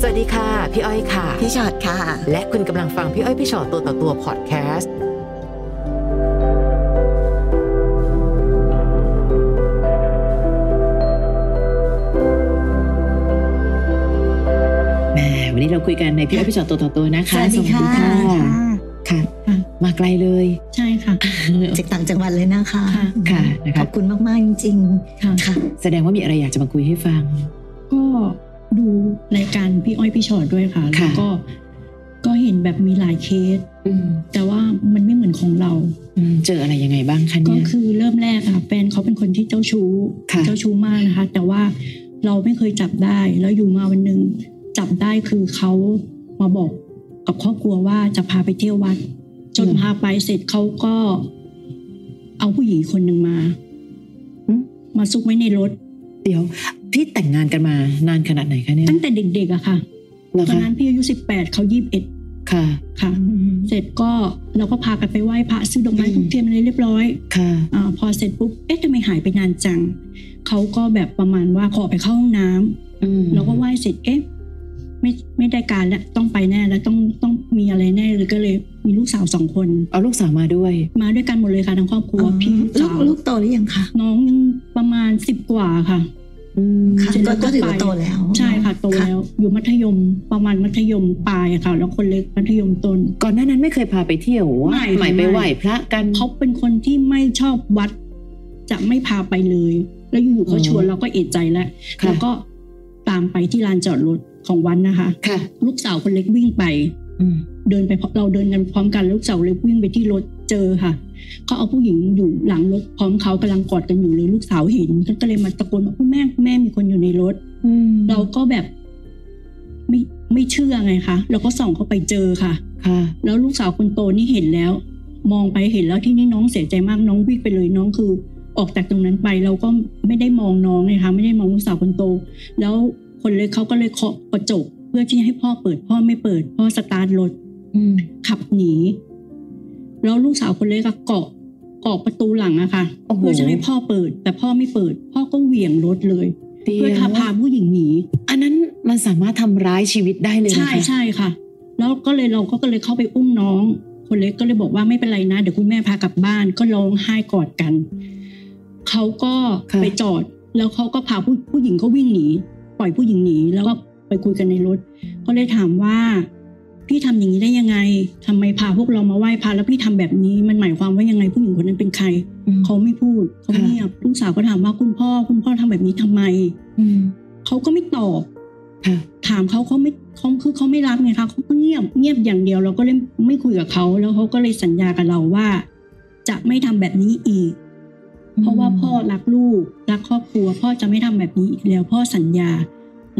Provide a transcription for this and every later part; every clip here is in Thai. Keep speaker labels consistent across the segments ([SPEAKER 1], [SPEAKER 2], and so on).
[SPEAKER 1] สวัสดีค่ะ พี่อ้อยค่ะ
[SPEAKER 2] พี่ชอดค่ะ
[SPEAKER 1] และคุณกำลังฟังพี่อ้อยพี่ชอตตัวต่อตัวพอดแคสต์แหมวันนี้เราคุยกันในพี่อ้อยพี่ชอตตัวต่อตัวนะคะค่ะ
[SPEAKER 2] ค่ะ
[SPEAKER 1] มาไกลเลย
[SPEAKER 3] ใช่ค่ะ
[SPEAKER 2] จากต่างจังหวัดเลยนะคะ
[SPEAKER 3] ค่ะ
[SPEAKER 1] ค่ะนะ
[SPEAKER 2] ข
[SPEAKER 1] คะ
[SPEAKER 2] อบคุณมากๆจริง
[SPEAKER 3] ค่ะ
[SPEAKER 2] ๆค่ะ
[SPEAKER 1] แสดงว่ามีอะไรอยากจะมาคุยให้ฟัง
[SPEAKER 3] ก็ดูรายการพี่อ้อยพี่ชอดด้วยค่ะ
[SPEAKER 1] ค่ะ
[SPEAKER 3] แล้วก็ก็เห็นแบบมีหลายเคส
[SPEAKER 1] อืม
[SPEAKER 3] แต่ว่ามันไม่เหมือนของเรา
[SPEAKER 1] อืมเจออะไรยังไงบ้างคะ
[SPEAKER 3] ก็
[SPEAKER 1] เนี่ย
[SPEAKER 3] คือเริ่มแรกอะแฟนเขาเป็นคนที่เจ้าชู้
[SPEAKER 1] ค่ะ
[SPEAKER 3] เจ้าชู้มากนะคะ แต่ว่าเราไม่เคยจับได้ แล้วอยู่มาวันหนึ่งจับได้คือเขามาบอกกับครอบครัวว่าจะพาไปเที่ยววัด จนพาไปเสร็จเขาก็ เอาผู้หญิงคนหนึ่งมา มาซุกไว้ในรถ
[SPEAKER 1] เดี๋ยว พี่แต่งงานกันมานานขนาดไหนคะเนี่ย
[SPEAKER 3] ตั้งแต่เด็กๆอะค่ะ
[SPEAKER 1] เหรอ
[SPEAKER 3] ตอน
[SPEAKER 1] คะ
[SPEAKER 3] นั้นพี่อายุสิบแปดเขายี่สิบเอ็ด
[SPEAKER 1] ค่ะ
[SPEAKER 3] ค่ะ เสร็จก็เราก็พากันไปไหว้พระซื้อดอกไม้
[SPEAKER 1] อืม
[SPEAKER 3] ทุกเทียนอะไรเรียบร้อย
[SPEAKER 1] ค่ะ
[SPEAKER 3] อาพอเสร็จปุ๊บ เอ๊ะทำไมหายไปนานจัง เขาก็แบบประมาณว่าขอไปเข้าห้องน้ำ
[SPEAKER 1] อืม
[SPEAKER 3] เราก็ไหว้เสร็จ เอ๊ะ ไม่ไม่ได้การแล้วต้องไปแน่แล้วต้องต้องมีอะไรแน่เลยก็เลยมีลูกสาวสองคน
[SPEAKER 1] เอาลูกสาวมาด้วย
[SPEAKER 3] มาด้วยกันหมดเลยค่ะทั้งครอบครัวพี่
[SPEAKER 2] ลู
[SPEAKER 3] สาก ว
[SPEAKER 2] ลูกโตหรือยังคะ
[SPEAKER 3] น้องยังประมาณสิบกว่าค่ะ
[SPEAKER 1] อืม
[SPEAKER 2] ค่ะ
[SPEAKER 3] เสร็จแล้
[SPEAKER 2] ก็
[SPEAKER 3] วก็
[SPEAKER 2] ก็ถือว่า
[SPEAKER 3] ไป
[SPEAKER 2] โตแล้ว
[SPEAKER 3] ใช่ค่ะโตแล้ว อยู่มัธยมประมาณมัธยมปลายอะค่ะ แล้วคนเล็กมัธยมต้น
[SPEAKER 1] ก่อนหน้านั้นไม่เคยพาไปเที่ยววัด
[SPEAKER 3] ไม่ค่ะ
[SPEAKER 1] ใหม่ไป
[SPEAKER 3] ไม่
[SPEAKER 1] ไหว้พระกัน
[SPEAKER 3] เขาเป็นคนที่ไม่ชอบวัด จะไม่พาไปเลย แล้วอยู่ๆเขาชวนเราก็เอะใจแล้ว
[SPEAKER 1] ค่ะ
[SPEAKER 3] แล้วก็ตามไปที่ลานจอดรถของวัดนนะคะ
[SPEAKER 1] ค่ะ
[SPEAKER 3] ลูกสาวคนเล็กวิ่งไป
[SPEAKER 1] อืม
[SPEAKER 3] เดินไปพร้อมเราเดินกันพร้อมกันแล้วลูกสาวเล็กวิ่งไปที่รถเจอค่ะเขาเอาผู้หญิงอยู่หลังรถพร้อมเขากำลังกอดกันอยู่เลยลูกสาวเห็นก็เลยมาตะโกนว่าคุณแม่คุณแม่มีคนอยู่ในรถ เราก็แบบ ไม่ไม่เชื่อไงคะเราก็ส่องเข้าไปเจอค่ะ
[SPEAKER 1] ค่ะ
[SPEAKER 3] แล้วลูกสาวคนโตนี่เห็นแล้ว มองไปเห็นแล้วที่นี่น้องเสียใจมากน้องวิ่งไปเลยน้องคือ ออกจากตรงนั้นไปเราก็ไม่ได้มองน้องนะคะไม่ได้มองลูกสาวคนโต แล้วคนเล็กเขาก็เลยเคาะกระจก เพื่อที่ให้พ่อเปิดพ่อไม่เปิด พ่อสตาร์ทรถ
[SPEAKER 1] อืม
[SPEAKER 3] ขับหนี แล้วลูกสาวคนเล็กก็เกาะเกาะประตูหลังอะค่ะ
[SPEAKER 1] โอ้โห
[SPEAKER 3] เพื่อจะให้พ่อเปิด แต่พ่อไม่เปิด พ่อก็เหวี่ยงรถเลย
[SPEAKER 1] เดี๋ยว
[SPEAKER 3] เพื่อทาพาผู้หญิงหนี
[SPEAKER 1] อันนั้นมันสามารถทำร้ายชีวิตได้เลยนะ
[SPEAKER 3] ใช่
[SPEAKER 1] คะ
[SPEAKER 3] ใช่ค่ะ แล้วก็เลยเราก็เลยเข้าไปอุ้มน้อง คนเล็กก็เลยบอกว่าไม่เป็นไรนะ เดี๋ยวคุณแม่พากลับบ้านก็ร้องไห้กอดกัน เขาก็
[SPEAKER 1] ค่ะ
[SPEAKER 3] ไปจอด แล้วเขาก็พาผู้ผู้หญิงก็วิ่งหนี ปล่อยผู้หญิงหนี แล้วก็ไปคุยกันในรถ ก็เลยถามว่า พี่ทำอย่างนี้ได้ยังไงทำไมพาพวกเรามาไหว้พระแล้วพี่ทำแบบนี้มันหมายความว่ายังไงผู้หญิงคนนั้นเป็นใคร
[SPEAKER 1] อืม
[SPEAKER 3] เขาไม่พูดเขา
[SPEAKER 1] ค่ะ
[SPEAKER 3] เงียบลูกสาวก็ถามว่าคุณพ่อ คุณพ่อทำแบบนี้ทำไม
[SPEAKER 1] อืม
[SPEAKER 3] เขาก็ไม่ตอบ
[SPEAKER 1] ค่ะ
[SPEAKER 3] ถามเขาเขาไม่เขาคือเขาไม่รับไงคะเขาก็เงียบเงียบอย่างเดียวเราก็เลยไม่คุยกับเขาแล้วเขาก็เลยสัญญากับเราว่า จะไม่ทำแบบนี้อีก
[SPEAKER 1] อืม
[SPEAKER 3] เพราะว่าพ่อรักลูกรักครอบครัว พ่อจะไม่ทำแบบนี้อีกแล้วพ่อสัญญา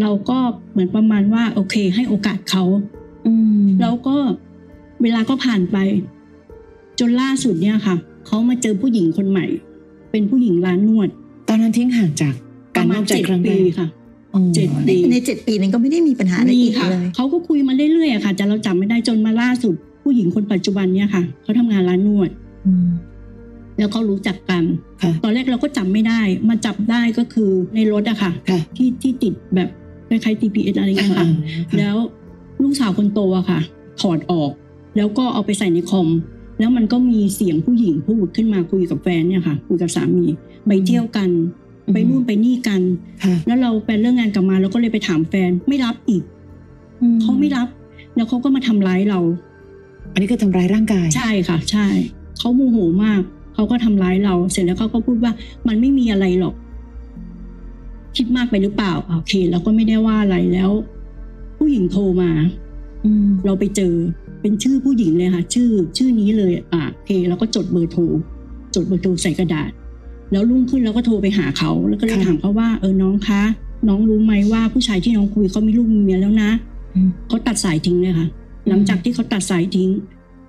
[SPEAKER 3] เราก็เหมือนประมาณว่า โอเค ให้โอกาสเขา
[SPEAKER 1] อืม
[SPEAKER 3] แล้วก็เวลาก็ผ่านไป จนล่าสุดเนี่ยค่ะเขามาเจอผู้หญิงคนใหม่ เป็นผู้หญิงร้านนวด
[SPEAKER 1] ตอนนั้นทิ้งห่างจาก
[SPEAKER 3] ป
[SPEAKER 1] การน
[SPEAKER 3] ระมาณ
[SPEAKER 1] อกใจ
[SPEAKER 3] เจ็ด
[SPEAKER 1] ครั้งแรก
[SPEAKER 3] ปีค่ะ
[SPEAKER 2] อ๋อ
[SPEAKER 3] เจ็ดปี
[SPEAKER 2] ในเจ็ดปีนั้นก็ไม่ได้มีปัญหาอะไร
[SPEAKER 3] มี
[SPEAKER 2] อีก
[SPEAKER 3] ค่ะ
[SPEAKER 2] เลย
[SPEAKER 3] เขาก็คุยมาเรื่อยๆอะค่ะแต่เราจำไม่ได้จนมาล่าสุด ผู้หญิงคนปัจจุบันเนี่ยค่ะเขาทำงานร้านนวด
[SPEAKER 2] อืม
[SPEAKER 3] แล้วเขารู้จักกัน
[SPEAKER 1] ค่ะ
[SPEAKER 3] ตอนแรกเราก็จำไม่ได้มาจับได้ก็คือในรถอะค่ะ
[SPEAKER 1] ค่ะ
[SPEAKER 3] ที่ที่ติดแบบคล้ายๆ TPS อะไรอย่างเงี้ย
[SPEAKER 1] อ่า
[SPEAKER 3] ค่ะ
[SPEAKER 1] ๆค่ะ
[SPEAKER 3] แล้วลูกสาวคนโตอะค่ะ ถอดออก แล้วก็เอาไปใส่ในคอม แล้วมันก็มีเสียงผู้หญิงพูดขึ้นมาคุยกับแฟนเนี่ยค่ะคุยกับสามีไปเที่ยวกัน ไปนู่นไปนี่กัน
[SPEAKER 1] ค่ะ
[SPEAKER 3] แล้วเราไปเรื่องงานกลับมาเราก็เลยไปถามแฟนไม่รับอีก เขาไม่รับ แล้วเขาก็มาทำร้ายเรา
[SPEAKER 1] อันนี้คือทำร้ายร่างกาย
[SPEAKER 3] ใช่ค่ะ ใช่ เขาโมโหมาก เขาก็ทำร้ายเรา เสร็จแล้วเขาก็พูดว่ามันไม่มีอะไรหรอก คิดมากไปหรือเปล่าโอเคเราก็ไม่ได้ว่าอะไรแล้ว ผู้หญิงโทรมา
[SPEAKER 1] อืม
[SPEAKER 3] เราไปเจอ เป็นชื่อผู้หญิงเลยค่ะ ชื่อ ชื่อนี้เลย อ่ะโอเคเราก็จดเบอร์โทร จดเบอร์โทรใส่กระดาษ แล้วรุ่งขึ้นเราก็โทรไปหาเขา แล้วก็เลยถามเขาว่า เออน้องคะ น้องรู้ไหมว่าผู้ชายที่น้องคุยเขามีลูกมีเมียแล้วนะ
[SPEAKER 1] อืม
[SPEAKER 3] เขาตัดสายทิ้งเลยค่ะ หลังจากที่เขาตัดสายทิ้ง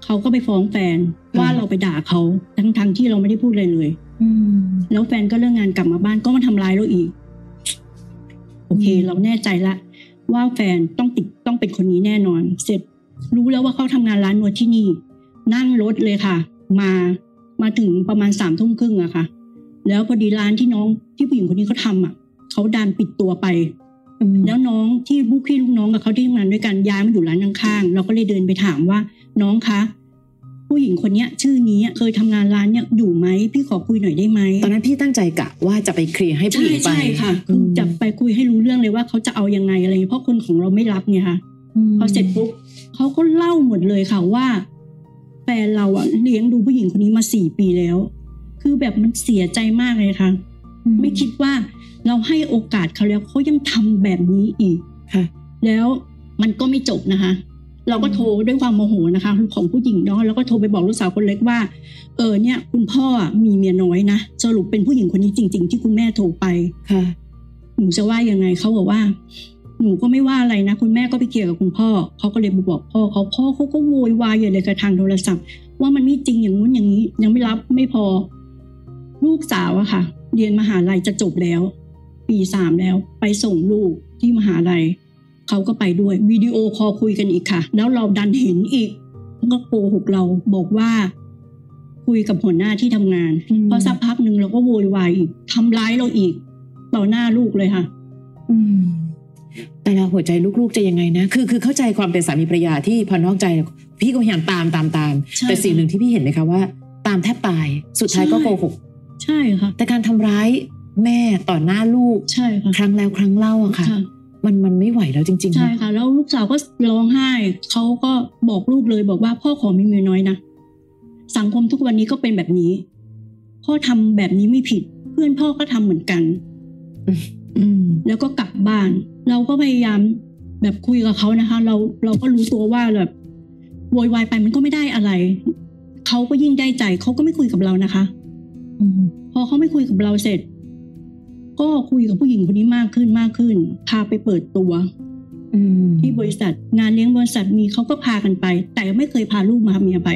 [SPEAKER 3] เขาก็ไปฟ้องแฟน
[SPEAKER 1] ค่ะ
[SPEAKER 3] ว่าเราไปด่าเขาทั้งทงๆที่เราไม่ได้พูดอะไรเลย
[SPEAKER 1] อืม
[SPEAKER 3] แล้วแฟนก็เลิกงานกลับมาบ้านก็มาทำร้ายเราอีก โอเค
[SPEAKER 1] อืม
[SPEAKER 3] เราแน่ใจละว่าแฟนต้องติดต้องเป็นคนนี้แน่นอน เสร็จรู้แล้วว่าเขาทำงานร้านนวดที่นี่ นั่งรถเลยค่ะ มามาถึงประมาณสามทุ่มครึ่งอะค่ะ แล้วพอดีร้านที่น้องที่ผู้หญิงคนนี้เขาทำอะเขาดันปิดตัวไป ไป
[SPEAKER 1] อืม
[SPEAKER 3] แล้วน้องที่ลูกพี่ลูกน้องกับเขาที่ทำงานด้วยกันย้ายมาอยู่ร้านข้างๆเราก็เลยเดินไปถามว่า น้องคะ ผู้หญิงคนเนี้ย ชื่อนี้เคยทำงานร้านเนี้ยอยู่ไหมพี่ขอคุยหน่อยได้ไหม
[SPEAKER 1] ตอนนั้นพี่ตั้งใจกะว่าจะไปเคลียร์ให้ผู้
[SPEAKER 3] ใช่
[SPEAKER 1] หญิงไป
[SPEAKER 3] ใช่ค่ะ
[SPEAKER 1] อืม
[SPEAKER 3] จับไปคุยให้รู้เรื่องเลยว่าเขาจะเอายังไงอะไรเงี้ยเพราะคนของเราไม่รับไงค่ะ พอเสร็จปุ๊บเขาก็เล่าหมดเลยค่ะว่าแฟนเราอะเลี้ยงดูผู้หญิงคนนี้มาสี่ปีแล้ว คือแบบมันเสียใจมากเลยค่ะ
[SPEAKER 2] อื
[SPEAKER 3] ไม่คิดว่าเราให้โอกาสเขาแล้วเขายังทำแบบนี้อีก
[SPEAKER 1] ค่ะ
[SPEAKER 3] แล้วมันก็ไม่จบนะคะ เราก็โทรด้วยความโมโหนะคะของผู้หญิงเนาะแล้วก็โทรไปบอกลูกสาวคนเล็กว่า เออเนี่ย คุณพ่ออะมีเมียน้อยนะสรุปเป็นผู้หญิงคนนี้จริง ๆ ที่คุณแม่โทรไป
[SPEAKER 1] ค่ะ
[SPEAKER 3] หนูจะว่ายังไงเขาบอกว่า หนูก็ไม่ว่าอะไรนะ คุณแม่ก็ไปเกี่ยวกับคุณพ่อเขาก็เลยไปบอกพ่อเขาพ่อเขาก็โวยวายใหญ่เลยกับทางโทรศัพท์ ว่ามันไม่จริงอย่างงู้นอย่างนี้ ยังไม่รับไม่พอ ลูกสาวอะค่ะ เรียนมหาลัยจะจบแล้ว ปีสามแล้ว ไปส่งลูกที่มหาลัยเขาก็ไปด้วยวิดีโอคอลคุยกันอีกค่ะ แล้วเราดันเห็นอีกก็โกหกเราบอกว่า คุยกับหัวหน้าที่ทำงาน
[SPEAKER 1] อืม
[SPEAKER 3] พอสักพักหนึ่งเราก็โวยวายอีกทำร้ายเราอีก ต่อหน้าลูกเลยค่ะ
[SPEAKER 2] อืม
[SPEAKER 1] แต่ละหัวใจลูกๆจะยังไงนะ คือคือเข้าใจความเป็นสามีภรรยาที่พอนอกใจ พี่ก็พยายามตามตามตาม
[SPEAKER 3] ใช่
[SPEAKER 1] แต่สิ่งหนึ่งที่พี่เห็นเลยค่ะว่า ตามแทบตาย สุดท้ายก็
[SPEAKER 3] ใช่
[SPEAKER 1] โกหก
[SPEAKER 3] ใช่ค่ะ
[SPEAKER 1] แต่การทำร้ายแม่ต่อหน้าลูก
[SPEAKER 3] ใช่ค่ะ
[SPEAKER 1] ครั้งแล้วครั้งเล่าอะค่ะ
[SPEAKER 3] ค่ะ
[SPEAKER 1] มันมันไม่ไหวแล้วจริงๆ
[SPEAKER 3] ใช่
[SPEAKER 1] นะ
[SPEAKER 3] ค่ะ แล้วลูกสาวก็ร้องไห้เขาก็บอกลูกเลยบอกว่าพ่อขอมีเมียน้อยนะสังคมทุกวันนี้ก็เป็นแบบนี้ พ่อทำแบบนี้ไม่ผิด เพื่อนพ่อก็ทำเหมือนกัน
[SPEAKER 2] อืม
[SPEAKER 3] แล้วก็กลับบ้าน เราก็พยายามแบบคุยกับเขานะคะ เราเราก็รู้ตัวว่าแบบโวยวายไปมันก็ไม่ได้อะไรเขาก็ยิ่งได้ใจเขาก็ไม่คุยกับเรานะคะ
[SPEAKER 2] อืม
[SPEAKER 3] พอเขาไม่คุยกับเราเสร็จ ก็คุยกับผู้หญิงคนนี้มากขึ้นมากขึ้น พาไปเปิดตัว
[SPEAKER 1] อืม
[SPEAKER 3] ที่บริษัทงานเลี้ยงบริษัทมีเขาก็พากันไป แต่ไม่เคยพาลูกมาเมียไป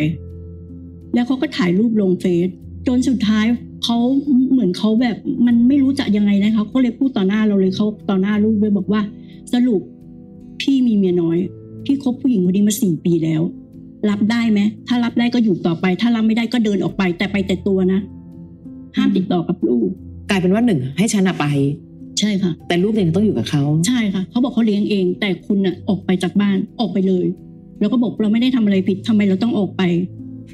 [SPEAKER 3] แล้วเขาก็ถ่ายรูปลงเฟซจนสุดท้ายเขาเหมือนเขาแบบมันไม่รู้จะยังไงนะคะเขาเลยพูดต่อหน้าเราเลยเขาต่อหน้าลูกเลยบอกว่า สรุปพี่มีเมียน้อย พี่คบผู้หญิงคนนี้มาสี่ปีแล้ว รับได้ไหมถ้ารับได้ก็อยู่ต่อไป ถ้ารับไม่ได้ก็เดินออกไป แต่ไปแต่ตัวนะ ห้ามติดต่อกับลูก
[SPEAKER 1] กลายเป็นว่าหนึ่งให้ฉันอะไป
[SPEAKER 3] ใช่ค่ะ
[SPEAKER 1] แต่ลูกยังต้องอยู่กับเขา
[SPEAKER 3] ใช่ค่ะเขาบอกเขาเลี้ยงเอง แต่คุณน่ะออกไปจากบ้านออกไปเลย แล้วก็บอกเราไม่ได้ทำอะไรผิดทำไมเราต้องออกไป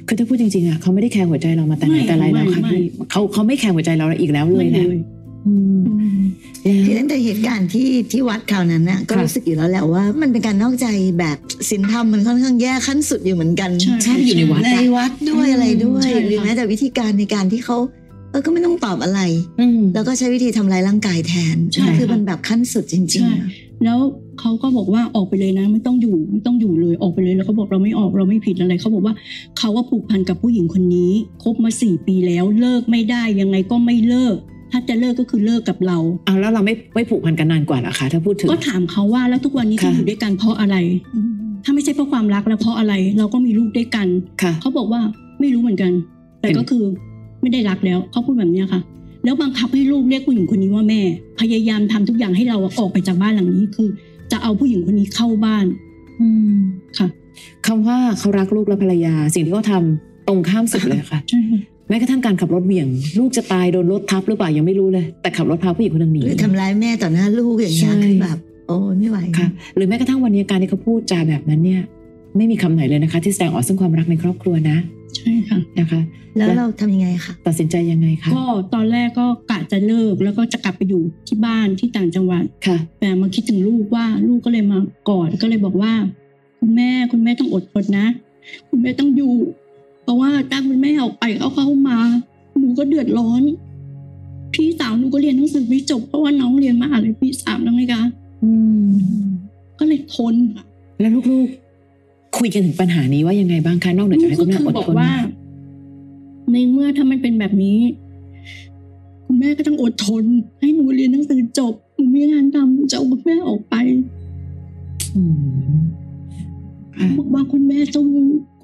[SPEAKER 1] คือถ้าพูดจริงๆอะเขาไม่ได้แคร์หัวใจเรามาแต่ไหนแต่ไรแล้วค่ะ
[SPEAKER 3] ไม่ไม่
[SPEAKER 1] พี่เขาเขาไม่แคร์หัวใจเราอีกแล้วเล
[SPEAKER 3] ไม่
[SPEAKER 1] ย
[SPEAKER 3] เล
[SPEAKER 1] นะ
[SPEAKER 3] ย
[SPEAKER 1] อืม
[SPEAKER 2] อืมคือตั้งแต่เหตุการณ์ที่ที่วัดคราวนั้นน่ะก็รู้สึกอยู่แล้วแหละว่า มันเป็นการนอกใจแบบศีลธรรมมันค่อนข้างแย่ขั้นสุดอยู่เหมือนกัน
[SPEAKER 3] ใช่
[SPEAKER 1] ใช่อยู่ในวัด
[SPEAKER 2] ใน
[SPEAKER 1] อะ
[SPEAKER 2] วัดด้วยอะไรด้วย
[SPEAKER 3] ใช่ค่ะ
[SPEAKER 2] หรือแม้แต่วิธีการในการที่เขาเออก็ไม่ต้องตอบอะไร
[SPEAKER 1] อืม
[SPEAKER 2] แล้วก็ใช้วิธีทำร้ายร่างกายแทน
[SPEAKER 3] ใช่
[SPEAKER 2] คือ
[SPEAKER 3] ค่ะ
[SPEAKER 2] มันแบบขั้นสุดจริงๆอะ
[SPEAKER 3] แล้วเขาก็บอกว่าออกไปเลยนะ ไม่ต้องอยู่ไม่ต้องอยู่เลยออกไปเลยแล้วเขาบอกเราไม่ออกเราไม่ผิดอะไรเขาบอกว่าเขาว่าผูกพันกับผู้หญิงคนนี้คบมาสี่ปีแล้วเลิกไม่ได้ยังไงก็ไม่เลิก ถ้าจะเลิกก็คือเลิกกับเรา
[SPEAKER 1] เอาแล้วเราไม่ไม่ผูกพันกันนานกว่าเหรอคะถ้าพูดถึง
[SPEAKER 3] ก็ถามเขาว่าแล้วทุกวันนี้ที่
[SPEAKER 1] ค่ะ
[SPEAKER 3] อยู่ด้วยกันเพราะอะไร ถ้าไม่ใช่เพราะความรักแล้วเพราะอะไร เราก็มีลูกด้วยกัน
[SPEAKER 1] ค่ะ
[SPEAKER 3] เขาบอกว่าไม่รู้เหมือนกัน แต่
[SPEAKER 1] เป็น
[SPEAKER 3] ก็คือไม่ได้รักแล้วเขาพูดแบบเนี้ยค่ะ แล้วบังคับให้ลูกเรียกผู้หญิงคนนี้ว่าแม่ พยายามทำทุกอย่างให้เราออกไปจากบ้านหลังนี้คือ จะเอาผู้หญิงคนนี้เข้าบ้านค่ะ
[SPEAKER 1] คำว่าเขารักลูกและภรรยา สิ่งที่เขาทำตรงข้ามสุดเลยค่ะ
[SPEAKER 3] ใช่ค่ะ
[SPEAKER 1] แม้กระทั่งการขับรถเหวี่ยง ลูกจะตายโดนรถทับหรือเปล่ายังไม่รู้เลย แต่ขับรถพาผู้หญิงคนหนึงหนี
[SPEAKER 2] หรือทำร้ายแม่ต่อหน้าลูกอย่างเงี้ย
[SPEAKER 1] ใช่
[SPEAKER 2] คือแบบ โอ้ไม่ไหว
[SPEAKER 1] ค่ะ หรือแม้กระทั่งวันนี้การที่เขาพูดจาแบบนั้นเนี่ย ไม่มีคำไหนเลยนะคะ ที่แสดงออกซึ่งความรักในครอบครัวนะ
[SPEAKER 3] ใช่ค่ะ
[SPEAKER 1] นะคะ
[SPEAKER 2] แล้วเราทำยังไงคะ
[SPEAKER 1] ตัดสินใจยังไงคะ
[SPEAKER 3] ก็ตอนแรกก็กะจะเลิกแล้วก็จะกลับไปอยู่ที่บ้านที่ต่างจังหวัด
[SPEAKER 1] ค่ะ
[SPEAKER 3] แต่มาคิดถึงลูกว่าลูกก็เลยมากอดก็เลยบอกว่า คุณแม่คุณแม่ต้องอดทนนะ คุณแม่ต้องอยู่ เพราะว่าถ้าคุณแม่ออกไปเอาเข้ามาหนูก็เดือดร้อน พี่สาวหนูก็เรียนหนังสือไม่จบเพราะว่าน้องเรียนมหาเลยพี่สามแล้วไงคะ
[SPEAKER 1] อืม
[SPEAKER 3] ก็เลยทนค่ะ
[SPEAKER 1] แล้วลูกๆ คุยกันถึงปัญหานี้ว่ายังไงบ้างคะนอกเหนือจากให้
[SPEAKER 3] ลู
[SPEAKER 1] คุณแม่
[SPEAKER 3] คือ
[SPEAKER 1] อด
[SPEAKER 3] บอก
[SPEAKER 1] ทน
[SPEAKER 3] ว่า ในเมื่อถ้ามันเป็นแบบนี้ คุณแม่ก็ต้องอดทน ให้หนูเรียนหนังสือจบหนูมีงานทำหนูจะเอาคุณแม่ออกไป
[SPEAKER 1] อืมค่ะ
[SPEAKER 3] บอกว่าคุณแม่ต้อง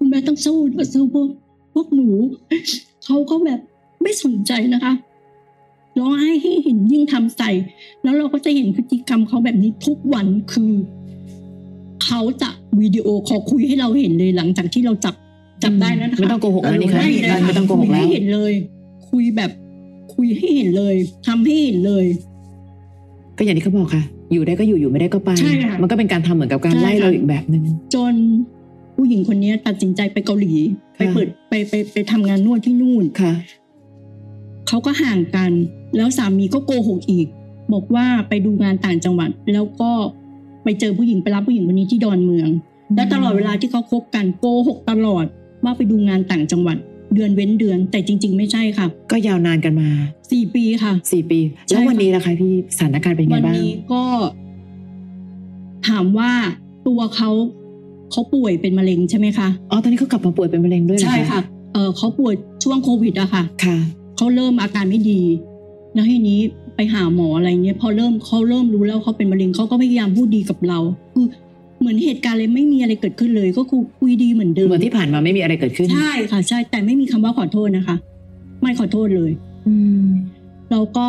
[SPEAKER 3] คุณแม่ต้องสู้สู้พวกพวกหนูเขาก็แบบไม่สนใจนะคะร้องไห้ให้เห็นยิ่งทำใส่ แล้วเราก็จะเห็นพฤติกรรมเขาแบบนี้ทุกวันคือเขาจะวิดีโอคอลคุยให้เราเห็นเลยหลังจากที่เราจับจับได้แล้วนะคะ
[SPEAKER 1] ไม่ต้องโกหกแล้วนี่คะ
[SPEAKER 3] ไม่เลยค่ะ
[SPEAKER 1] ไม่ต้องโกห
[SPEAKER 3] คุ
[SPEAKER 1] ก
[SPEAKER 3] ย
[SPEAKER 1] แล้ว
[SPEAKER 3] ให้เห็นเลย คุยแบบคุยให้เห็นเลยทำให้เห็นเลย
[SPEAKER 1] ก็อย่างที่เขาบอกค่ะ อยู่ได้ก็อยู่อยู่ไม่ได้ก็ไป
[SPEAKER 3] ใช่ค่ะ
[SPEAKER 1] มันก็เป็นการทำเหมือนกับการไล่
[SPEAKER 3] ใช่ค่ะ
[SPEAKER 1] เราอีกแบบหนึ่ง
[SPEAKER 3] จนผู้หญิงคนนี้ตัดสินใจไปเกาหลี
[SPEAKER 1] ค่ะ
[SPEAKER 3] ไปเปิดไปไปไปทำงานนวดที่นู่น
[SPEAKER 1] ค่ะ
[SPEAKER 3] เขาก็ห่างกัน แล้วสามีก็โกหกอีก บอกว่าไปดูงานต่างจังหวัด แล้วก็ไปเจอผู้หญิงไปรับผู้หญิงคนนี้ที่ดอนเมือง แล้วตลอดเวลาที่เขาคบกันโกหกตลอดว่าไปดูงานต่างจังหวัด เดือนเว้นเดือน แต่จริง ๆ ไม่ใช่ค่ะ
[SPEAKER 1] ก็ยาวนานกันมา
[SPEAKER 3] สี่ปีค่ะ
[SPEAKER 1] สี่ปี
[SPEAKER 3] ใช่
[SPEAKER 1] แล้ว
[SPEAKER 3] ค่ะ
[SPEAKER 1] วันนี้ล่ะคะพี่สถานการณ์เป็นไง
[SPEAKER 3] วั
[SPEAKER 1] บ้าง
[SPEAKER 3] นี้ก็ ถามว่าตัวเขาเขาป่วยเป็นมะเร็งใช่ไหมคะ
[SPEAKER 1] อ๋อ ตอนนี้เขากลับมาป่วยเป็นมะเร็งด้วยเหรอ
[SPEAKER 3] เออเขาป่วยช่วงโควิดอะค่ะ
[SPEAKER 1] ค่ะ
[SPEAKER 3] เขาเริ่มอาการไม่ดี แล้วทีนี้ไปหาหมออะไรเงี้ย พอเริ่มเขาเริ่มรู้แล้วเขาเป็นมะเร็งเขาก็พยายามพูดดีกับเรา คือเหมือนเหตุการณ์เลยไม่มีอะไรเกิดขึ้นเลย ก็คือคุยดีเหมือนเดิม
[SPEAKER 1] เหมือนที่ผ่านมาไม่มีอะไรเกิดขึ้น
[SPEAKER 3] ใช่ค่ะ ใช่ แต่ไม่มีคำว่าขอโทษนะคะ ไม่ขอโทษเลย
[SPEAKER 1] อืม
[SPEAKER 3] เราก็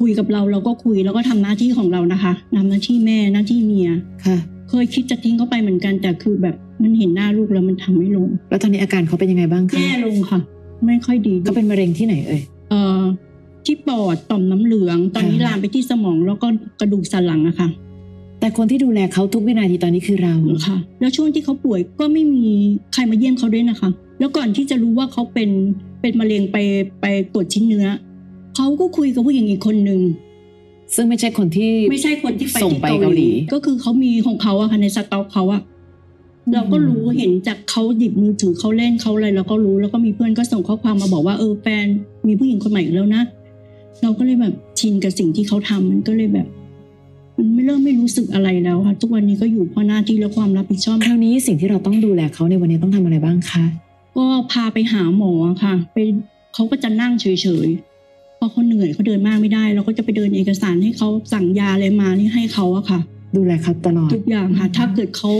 [SPEAKER 3] คุยกับเราเราก็คุยแล้วก็ทำหน้าที่ของเรานะคะทำหน้าที่แม่หน้าที่เมีย
[SPEAKER 1] ค่ะ
[SPEAKER 3] เคยคิดจะทิ้งเขาไปเหมือนกัน แต่คือแบบมันเห็นหน้าลูกแล้วมันทำไม่ลง
[SPEAKER 1] แล้วตอนนี้อาการเขาเป็นยังไงบ้างคะ
[SPEAKER 3] แย่ลงค่ะ ไม่ค่อยดีด้วย
[SPEAKER 1] เขาเป็นมะเร็งที่ไหนเอ่ย
[SPEAKER 3] เอ่อที่ปอดต่อมน้ำเหลือง ตอนนี้
[SPEAKER 1] อ่า
[SPEAKER 3] ลามไปที่สมองแล้วก็กระดูกสันหลังอะค่ะ
[SPEAKER 1] แต่คนที่ดูแลเขาทุกวินาทีตอนนี้คือเรา
[SPEAKER 3] ค่ะ แล้วช่วงที่เขาป่วยก็ไม่มีใครมาเยี่ยมเขาด้วยนะคะ แล้วก่อนที่จะรู้ว่าเขาเป็นเป็นมะเร็งไปไปตรวจชิ้นเนื้อเขาก็คุยกับผู้หญิงอีกคนหนึ่ง
[SPEAKER 1] ซึ่งไม่ใช่คนที่
[SPEAKER 3] ไม่ใช่คนที่ไป
[SPEAKER 1] ส่ง
[SPEAKER 3] ที่
[SPEAKER 1] ไปเกาหลี
[SPEAKER 3] ก็คือเขามีของเขาอะค่ะในสต็อกเขาอะ
[SPEAKER 1] อืม
[SPEAKER 3] เราก็รู้เห็นจากเขาหยิบมือถือเขาเล่นเขาอะไรเราก็รู้แล้วก็มีเพื่อนก็ส่งข้อความมาบอกว่าเออแฟนมีผู้หญิงคนใหม่อีกแล้วนะ เราก็เลยแบบชินกับสิ่งที่เขาทำมันก็เลยแบบ มันไม่เริ่มไม่รู้สึกอะไรแล้วค่ะ ทุกวันนี้ก็อยู่เพราะหน้าที่และความรับผิดชอบ
[SPEAKER 1] คราวนี้สิ่งที่เราต้องดูแลเขาในวันนี้ต้องทำอะไรบ้างคะ
[SPEAKER 3] ก็พาไปหาหมอค่ะ ไปเขาก็จะนั่งเฉยๆเพราะเขาเหนื่อยเขาเดินมากไม่ได้ เราก็จะไปเดินเอกสารให้เขาสั่งยาอะไรมานี่ให้เขาอะค่ะ
[SPEAKER 1] ดูแลเขาตลอด
[SPEAKER 3] ทุกอย่างค่ะ ถ้าเกิดเขา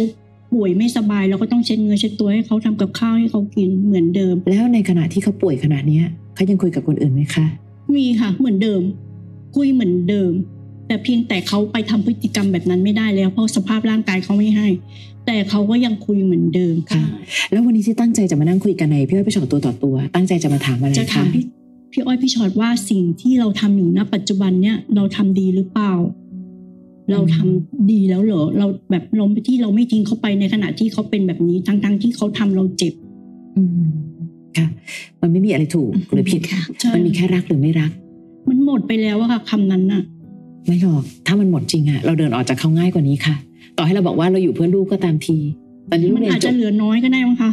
[SPEAKER 3] ป่วยไม่สบาย เราก็ต้องเช็ดเนื้อเช็ดตัวให้เขาทำกับข้าวให้เขากินเหมือนเดิม
[SPEAKER 1] แล้วในขณะที่เขาป่วยขนาดเนี้ยเขายังคุยกับคนอื่นไหมคะ
[SPEAKER 3] มีค่ะ เหมือนเดิม คุยเหมือนเดิม แต่เพียงแต่เขาไปทำพฤติกรรมแบบนั้นไม่ได้แล้ว เพราะสภาพร่างกายเขาไม่ให้ แต่เขาก็ยังคุยเหมือนเดิม
[SPEAKER 1] ค่ะ แล้ววันนี้ที่ตั้งใจจะมานั่งคุยกันในพี่อ้อยพี่ชอตตัวต่อตัว ตั้งใจจะมาถามอะไร
[SPEAKER 3] จะถาม
[SPEAKER 1] คะ
[SPEAKER 3] พี่พี่อ้อยพี่ชอดว่าสิ่งที่เราทำอยู่ณปัจจุบันเนี่ยเราทำดีหรือเปล่า เราทำดีแล้วเหรอเราแบบล้มไปที่เราไม่ทิ้งเขาไปในขณะที่เขาเป็นแบบนี้ทั้งๆที่เขาทำเราเจ็บ
[SPEAKER 1] อืมค่ะ มันไม่มีอะไรถูกหรือผิด
[SPEAKER 2] ค่ะ
[SPEAKER 3] ใช่
[SPEAKER 1] มันมีแค่รักหรือไม่รัก
[SPEAKER 3] มันหมดไปแล้วอะค่ะคำนั้นน่ะ
[SPEAKER 1] ไม่หรอก ถ้ามันหมดจริงอะเราเดินออกจากเขาง่ายกว่านี้ค่ะ ต่อให้เราบอกว่าเราอยู่เพื่อลูกก็ตามที ตอนนี้ลู
[SPEAKER 3] มั
[SPEAKER 1] ก
[SPEAKER 3] น
[SPEAKER 1] เรีย
[SPEAKER 3] อาจ
[SPEAKER 1] นจ
[SPEAKER 3] จะ
[SPEAKER 1] บ
[SPEAKER 3] เหลือน้อยก็ได้มั้ งคะ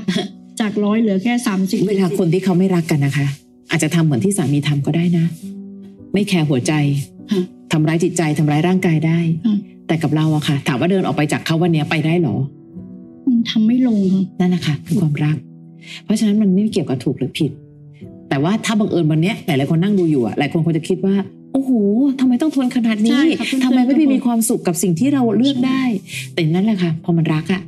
[SPEAKER 3] จากร้อยเหลือแค่สามสิบ
[SPEAKER 1] เวลาคนที่เขาไม่รักกันนะคะ อาจจะทำเหมือนที่สามีทำก็ได้นะ ไม่แคร์หัวใจ
[SPEAKER 3] ค่ะ
[SPEAKER 1] ทำร้ายจิตใจ ทำร้ายร่างกายได้
[SPEAKER 3] อืม
[SPEAKER 1] แต่กับเราอะค่ะ ถามว่าเดินออกไปจากเขาวันเนี้ยไปได้เหรอ
[SPEAKER 3] มันทำไม่ลงค่ะ
[SPEAKER 1] นั่นแหละค่ะคือความรัก เพราะฉะนั้นมันไม่เกี่ยวกับถูกหรือผิด แต่ว่าถ้าบังเอิญวันเนี้ยหลายๆคนนั่งดูอยู่อะหลายคนคงจะคิดว่า โอ้โหทำไมต้องทนขนาด
[SPEAKER 3] ใช่
[SPEAKER 1] นี้
[SPEAKER 3] ค่ะเพื่อนๆ
[SPEAKER 1] ทำไมไม่
[SPEAKER 3] ก็
[SPEAKER 1] ไป
[SPEAKER 3] บอก
[SPEAKER 1] มีความสุขกับสิ่งที่เราเลือกได้ แต่นั่นแหละค่ะ พอมันรักอะ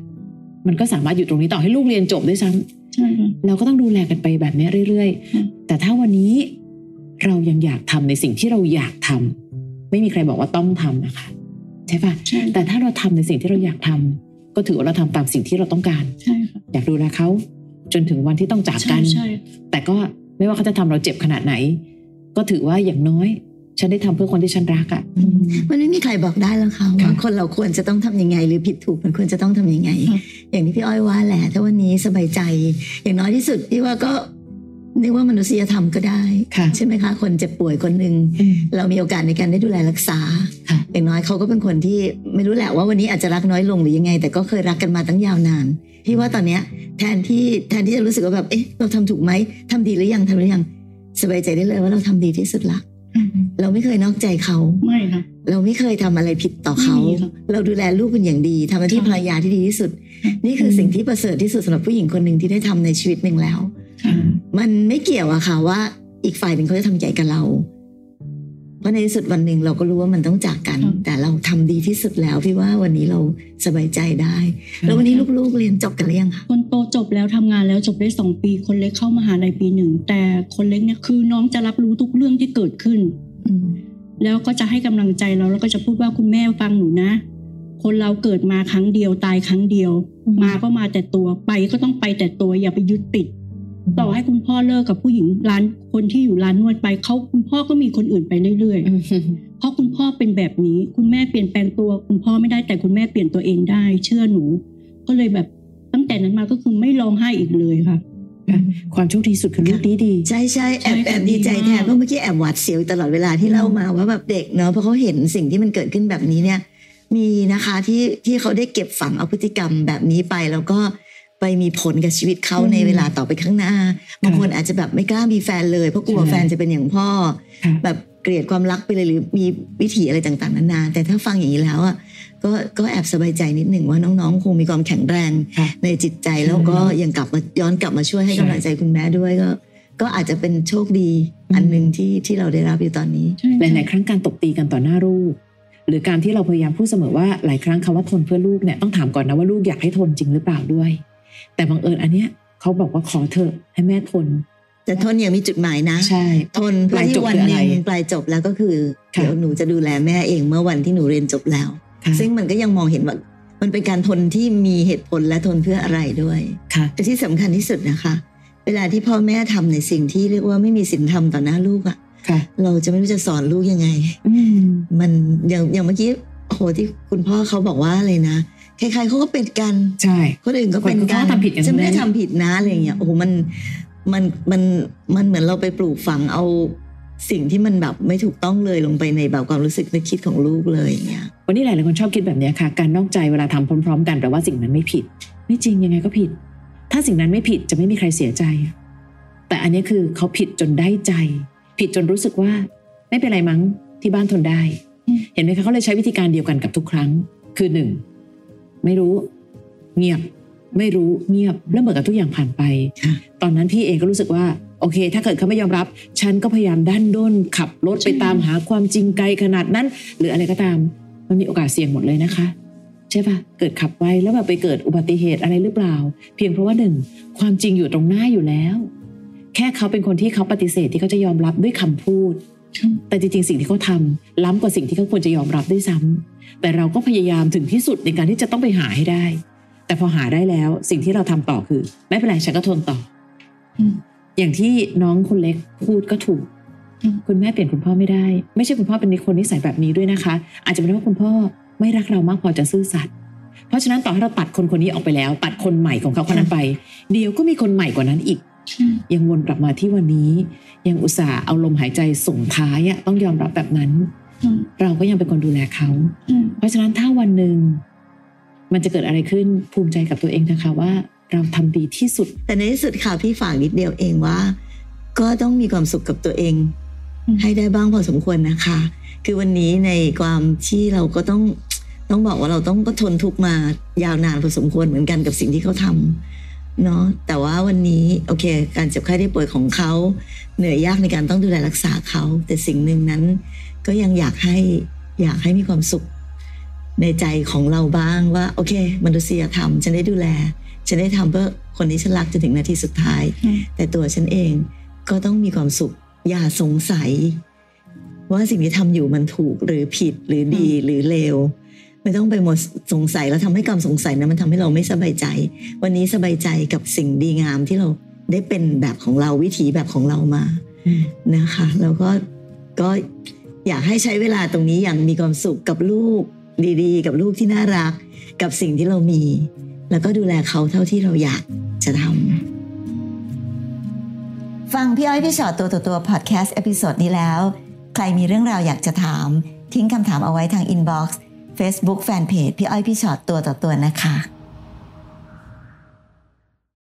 [SPEAKER 1] มันก็สามารถอยู่ตรงนี้ต่อให้ลูกเรียนจบด้วยซ้ำ
[SPEAKER 3] ใช่ค่ะ
[SPEAKER 1] เราก็ต้องดูแลกันไปแบบเนี้ยเรื่อย
[SPEAKER 3] อืม
[SPEAKER 1] ๆ แต่ถ้าวันนี้เรายังอยากทำในสิ่งที่เราอยากทำไม่มีใครบอกว่าต้องทำนะคะใช่ปะ
[SPEAKER 3] ใช่
[SPEAKER 1] แต่ถ้าเราทำในสิ่งที่เราอยากทำก็ถือว่าเราทำตามสิ่งที่เราต้องการ
[SPEAKER 3] ใช่ค่ะ
[SPEAKER 1] อยากดูแลเขาจนถึงวันที่ต้องจาก
[SPEAKER 3] ใช่
[SPEAKER 1] กัน
[SPEAKER 3] ใช่
[SPEAKER 1] แต่ก็ไม่ว่าเขาจะทำเราเจ็บขนาดไหน ก็ถือว่าอย่างน้อย ฉันได้ทำเพื่อคนที่ฉันรักอะ่ะ
[SPEAKER 2] อื มันไม่มีใครบอกได้แล้วค่ะว่า
[SPEAKER 1] ค่ะ
[SPEAKER 2] คนเราควรจะต้องทำยังไง หรือผิดถูกมันควรจะต้องทำยังไง อย่างที่พี่อ้อยว่าแหละถ้าวันนี้สบายใจ อย่างน้อยที่สุดพี่ว่าก็นึกว่ามนุษยธรรมก็ได้
[SPEAKER 1] ค่ะ
[SPEAKER 2] ใช่ไหมคะ คนเจ็บป่วยคนหนึ่งเรามีโอกาสในการได้ดูแลรักษา
[SPEAKER 1] ค่ะ
[SPEAKER 2] อย่างน้อยเขาก็เป็นคนที่ไม่รู้แหละว่าวันนี้อาจจะรักน้อยลงหรือยังไง แต่ก็เคยรักกันมาตั้งยาวนานพี่ว่าตอนเนี้ยแทนที่แทนที่จะรู้สึกว่าแบบเอ๊ะเราทำถูกไหมทำดีหรือยังทำหรือยังสบายใจได้เลยว่าเราทำดีที่สุดละเราไม่เคยนอกใจเขา
[SPEAKER 3] ไม่ค่ะ
[SPEAKER 2] เราไม่เคยทำอะไรผิดต่อเขา
[SPEAKER 3] ไม่มีค่ะ
[SPEAKER 2] เราดูแลลูกเป็นอย่างดีทำหน้าที่
[SPEAKER 3] ค่ะ
[SPEAKER 2] ภรรยาที่ดีที่สุด
[SPEAKER 3] ค่ะ
[SPEAKER 2] นี่คือสิ่งที่ประเสริฐที่สุดสำหรับผู้หญิงคนหนึ่งที่ได้ทำในชีวิตหนึ่งแล้ว
[SPEAKER 3] ค่ะ
[SPEAKER 2] มันไม่เกี่ยวอะค่ะว่าอีกฝ่ายหนึ่งเขาจะทำใจกับเรา เพราะในที่สุดวันหนึ่งเราก็รู้ว่ามันต้องจากกัน
[SPEAKER 3] ค่ะ
[SPEAKER 2] แต่เราทำดีที่สุดแล้วพี่ว่าวันนี้เราสบายใจได้ แล้ววันนี้ลูกๆเรียนจบกันหรือยังคะ
[SPEAKER 3] คนโตจบแล้วทำงานแล้วจบได้สองปีคนเล็กเข้ามหาลัยปีหนึ่งแต่คนเล็กเนี่ยคือน้องจะรับรู้ทุกเรื่องที่เกิดขึ้น
[SPEAKER 2] อืม
[SPEAKER 3] แล้วก็จะให้กำลังใจเราแล้วก็จะพูดว่าคุณแม่ฟังหนูนะ คนเราเกิดมาครั้งเดียวตายครั้งเดียว
[SPEAKER 1] อืม
[SPEAKER 3] มาก็มาแต่ตัวไปก็ต้องไปแต่ตัวอย่าไปยึดติด ต่อให้คุณพ่อเลิกกับผู้หญิงร้านคนที่อยู่ร้านนวดไปเขาคุณพ่อก็มีคนอื่นไปเรื่อย
[SPEAKER 1] อืม
[SPEAKER 3] ๆ เพราะคุณพ่อเป็นแบบนี้ คุณแม่เปลี่ยนแปลงตัว คุณพ่อไม่ได้แต่คุณแม่เปลี่ยนตัวเองได้ เชื่อหนู ก็เลยแบบตั้งแต่นั้นมาก็คือไม่ร้องไห้อีกเลยค่ะ
[SPEAKER 1] ความโชคดีสุดคือลูกดีดี
[SPEAKER 2] ใช่ใช่แอบ
[SPEAKER 3] ใช่ค่ะ
[SPEAKER 2] แอบดีใจ
[SPEAKER 3] ดีมา
[SPEAKER 2] แทน
[SPEAKER 3] ก
[SPEAKER 2] เพราะเมื่อกี้แอบหวาดเสียวตลอดเวลาที่
[SPEAKER 3] อืม
[SPEAKER 2] เล่ามาว่าแบบเด็กเนาะเพราะเขาเห็นสิ่งที่มันเกิดขึ้นแบบนี้เนี่ย มีนะคะที่ที่เขาได้เก็บฝังเอาพฤติกรรมแบบนี้ไป แล้วก็ไปมีผลกับชีวิตเขา
[SPEAKER 3] อืม
[SPEAKER 2] ในเวลาต่อไปข้างหน้าบางคนอาจจะแบบไม่กล้ามีแฟนเลยเพราะกลัว
[SPEAKER 1] ใช่
[SPEAKER 2] แฟนจะเป็นอย่างพ่อ
[SPEAKER 1] ค่ะ
[SPEAKER 2] แบบเกลียดความรักไปเลยหรือมีวิถีอะไรต่างๆนานาแต่ถ้าฟังอย่างนี้แล้วอ่ะก็ก็แอบสบายใจนิดหนึ่งว่าน้องๆ คงมีความแข็งแรง
[SPEAKER 1] ค่ะ
[SPEAKER 2] ในจิตใจแล้วก็ยังกลับมาย้อนกลับมาช่วยให้
[SPEAKER 1] ใช่
[SPEAKER 2] กำลังใจคุณแม่ด้วยก็ ก็อาจจะเป็นโชคดีอันหนึ่งที่ที่เราได้รับอยู่ตอนนี้
[SPEAKER 3] ใช่
[SPEAKER 1] ห
[SPEAKER 3] ค่ะ
[SPEAKER 1] ลาย ๆ ครั้งการตบตีกันต่อหน้าลูก หรือการที่เราพยายามพูดเสมอว่าหลายครั้งคำว่าทนเพื่อลูกเนี่ยต้องถามก่อนนะว่าลูกอยากให้ทนจริงหรือเปล่าด้วย แต่บังเอิญอันเนี้ยเขาบอกว่าขอเถอะให้แม่ทน
[SPEAKER 2] แต่ทนอย่างมีจุดหมายนะ
[SPEAKER 1] ใช่
[SPEAKER 2] ทนเพื่อที่วันหนึ่งปลายจบแล้วก็คือ
[SPEAKER 1] ค่ะ
[SPEAKER 2] เดี๋ยวหนูจะดูแลแม่เองเมื่อวันที่หนูเรียนจบแล้ว
[SPEAKER 1] ค่ะ
[SPEAKER 2] ซึ่งมันก็ยังมองเห็นว่ามันเป็นการทนที่มีเหตุผลและทนเพื่ออะไรด้วย
[SPEAKER 1] ค่ะ
[SPEAKER 2] แต่ที่สำคัญที่สุดนะคะ เวลาที่พ่อแม่ทำในสิ่งที่เรียกว่าไม่มีศีลธรรมต่อหน้าลูกอะ
[SPEAKER 1] ค่ะ
[SPEAKER 2] เราจะไม่รู้จะสอนลูกยังไง
[SPEAKER 1] อืม
[SPEAKER 2] มันอย่างอย่างเมื่อกี้โหที่คุณพ่อเขาบอกว่าอะไรนะใครๆเขาก็เป็นกัน
[SPEAKER 1] ใช่
[SPEAKER 2] คนอื่นก็เป็
[SPEAKER 1] ค
[SPEAKER 2] น
[SPEAKER 1] นอื่น
[SPEAKER 2] กัน
[SPEAKER 1] เขาก็ทำผิดกัน
[SPEAKER 2] ฉันไม่ได้
[SPEAKER 1] ทั้งนั้น
[SPEAKER 2] ทำผิดนะอะไรอย่างเงี้ยโอ้โหมันมันมันมันเหมือนเราไปปลูกฝังเอาสิ่งที่มันแบบไม่ถูกต้องเลยลงไปในแบบความรู้สึกนึกคิดของลูกเลยอย่างเงี้ย
[SPEAKER 1] วันนี้หลายๆคนชอบคิดแบบเนี้ยค่ะ การนอกใจเวลาทำพร้อม ๆ กันแปลว่าสิ่งนั้นไม่ผิด ไม่จริงยังไงก็ผิด ถ้าสิ่งนั้นไม่ผิดจะไม่มีใครเสียใจ แต่อันนี้คือเขาผิดจนได้ใจ ผิดจนรู้สึกว่า ไม่เป็นไรมั้งที่บ้านทนได้
[SPEAKER 3] อืม
[SPEAKER 1] เห็นไหมคะเขาเลยใช้วิธีการเดียวกันกับทุกครั้ง คือหนึ่งไม่รู้ เงียบ ไม่รู้เงียบแล้วเหมือนกับทุกอย่างผ่านไป
[SPEAKER 2] ค่ะ
[SPEAKER 1] ตอนนั้นพี่เองก็รู้สึกว่า โอเค ถ้าเกิดเขาไม่ยอมรับ ฉันก็พยายามดันด้นขับรถไปตามหาความจริงไกลขนาดนั้น หรืออะไรก็ตาม มันมีโอกาสเสี่ยงหมดเลยนะคะ ใช่ปะเกิดขับไว้แล้วแบบไปเกิดอุบัติเหตุอะไรหรือเปล่า เพียงเพราะว่าหนึ่งความจริงอยู่ตรงหน้าอยู่แล้ว แค่เขาเป็นคนที่เขาปฏิเสธที่เขาจะยอมรับด้วยคำพูด แต่จริงๆสิ่งที่เขาทำล้ำกว่าสิ่งที่เขาควรจะยอมรับด้วยซ้ำแต่เราก็พยายามถึงที่สุดในการที่จะต้องไปหาให้ได้ แต่พอหาได้แล้วสิ่งที่เราทำต่อคือ ไม่เป็นไรฉันก็ทนต่ออ
[SPEAKER 3] ม
[SPEAKER 1] อย่างที่น้องคนเล็กพูดก็ถูก
[SPEAKER 3] อืม
[SPEAKER 1] คุณแม่เปลี่ยนคุณพ่อไม่ได้ ไม่ใช่คุณพ่อเป็นคนนิสัยแบบนี้ด้วยนะคะ อาจจะเป็นเพราะคุณพ่อไม่รักเรามากพอจะซื่อสัตย์เพราะฉะนั้นต่อให้เราตัดคนคนนี้ออกไปแล้ว ตัดคนใหม่ของเขาคนนั้นไป เดี๋ยวก็มีคนใหม่กว่านั้นอีก ยังวนกลับมาที่วันนี้ ยังอุตส่าห์เอาลมหายใจส่งท้ายอะต้องยอมรับแบบนั้น
[SPEAKER 3] อืม
[SPEAKER 1] เราก็ยังเป็นคนดูแลเขา
[SPEAKER 3] อืม
[SPEAKER 1] เพราะฉะนั้นถ้าวันหนึ่ง มันจะเกิดอะไรขึ้นภูมิใจกับตัวเองนะคะว่า เราทำดีที่สุด
[SPEAKER 2] แต่ในที่สุดค่ะพี่ฝากนิดเดียวเองว่า ก็ต้องมีความสุขกับตัวเอง
[SPEAKER 3] อืม
[SPEAKER 2] ให้ได้บ้างพอสมควรนะคะ คือวันนี้ในความที่เราก็ต้องต้องบอกว่าเราต้องก็ทนทุกข์มายาวนานพอสมควรเหมือนกันกับสิ่งที่เขาทำเนาะแต่ว่าวันนี้โอเค การเจ็บไข้ได้ป่วยของเขา เหนื่อยยากในการต้องดูแลรักษาเขา แต่สิ่งหนึ่งนั้น ก็ยังอยากให้อยากให้มีความสุข ในใจของเราบ้างว่า โอเค มนุษยธรรม ฉันได้ดูแล ฉันได้ทำเพื่อคนที่ฉันรักจนถึงนาทีสุดท้าย
[SPEAKER 3] อืม
[SPEAKER 2] แต่ตัวฉันเองก็ต้องมีความสุข อย่าสงสัย ว่าสิ่งที่ทำอยู่มันถูกหรือผิดหรือดีหรือเลวไม่ต้องไปหมดสงสัยแล้วทำให้ความสงสัยนะมันทำให้เราไม่สบายใจ วันนี้สบายใจกับสิ่งดีงามที่เราได้เป็นแบบของเราวิถีแบบของเรามา นะคะแล้วก็ก็อยากให้ใช้เวลาตรงนี้อย่างมีความสุขกับลูกดีๆ กับลูกที่น่ารัก กับสิ่งที่เรามี แล้วก็ดูแลเขาเท่าที่เราอยากจะทำฟังพี่อ้อยพี่ชอตตัวต่อตัวพอดแคสต์เอพิโซดนี้แล้ว ใครมีเรื่องราวอยากจะถาม ทิ้งคำถามเอาไว้ทางอินบ็อกซ์เฟซบุ๊กแฟนเพจพี่อ้อยพี่ชอตตัวต่อตัวนะคะ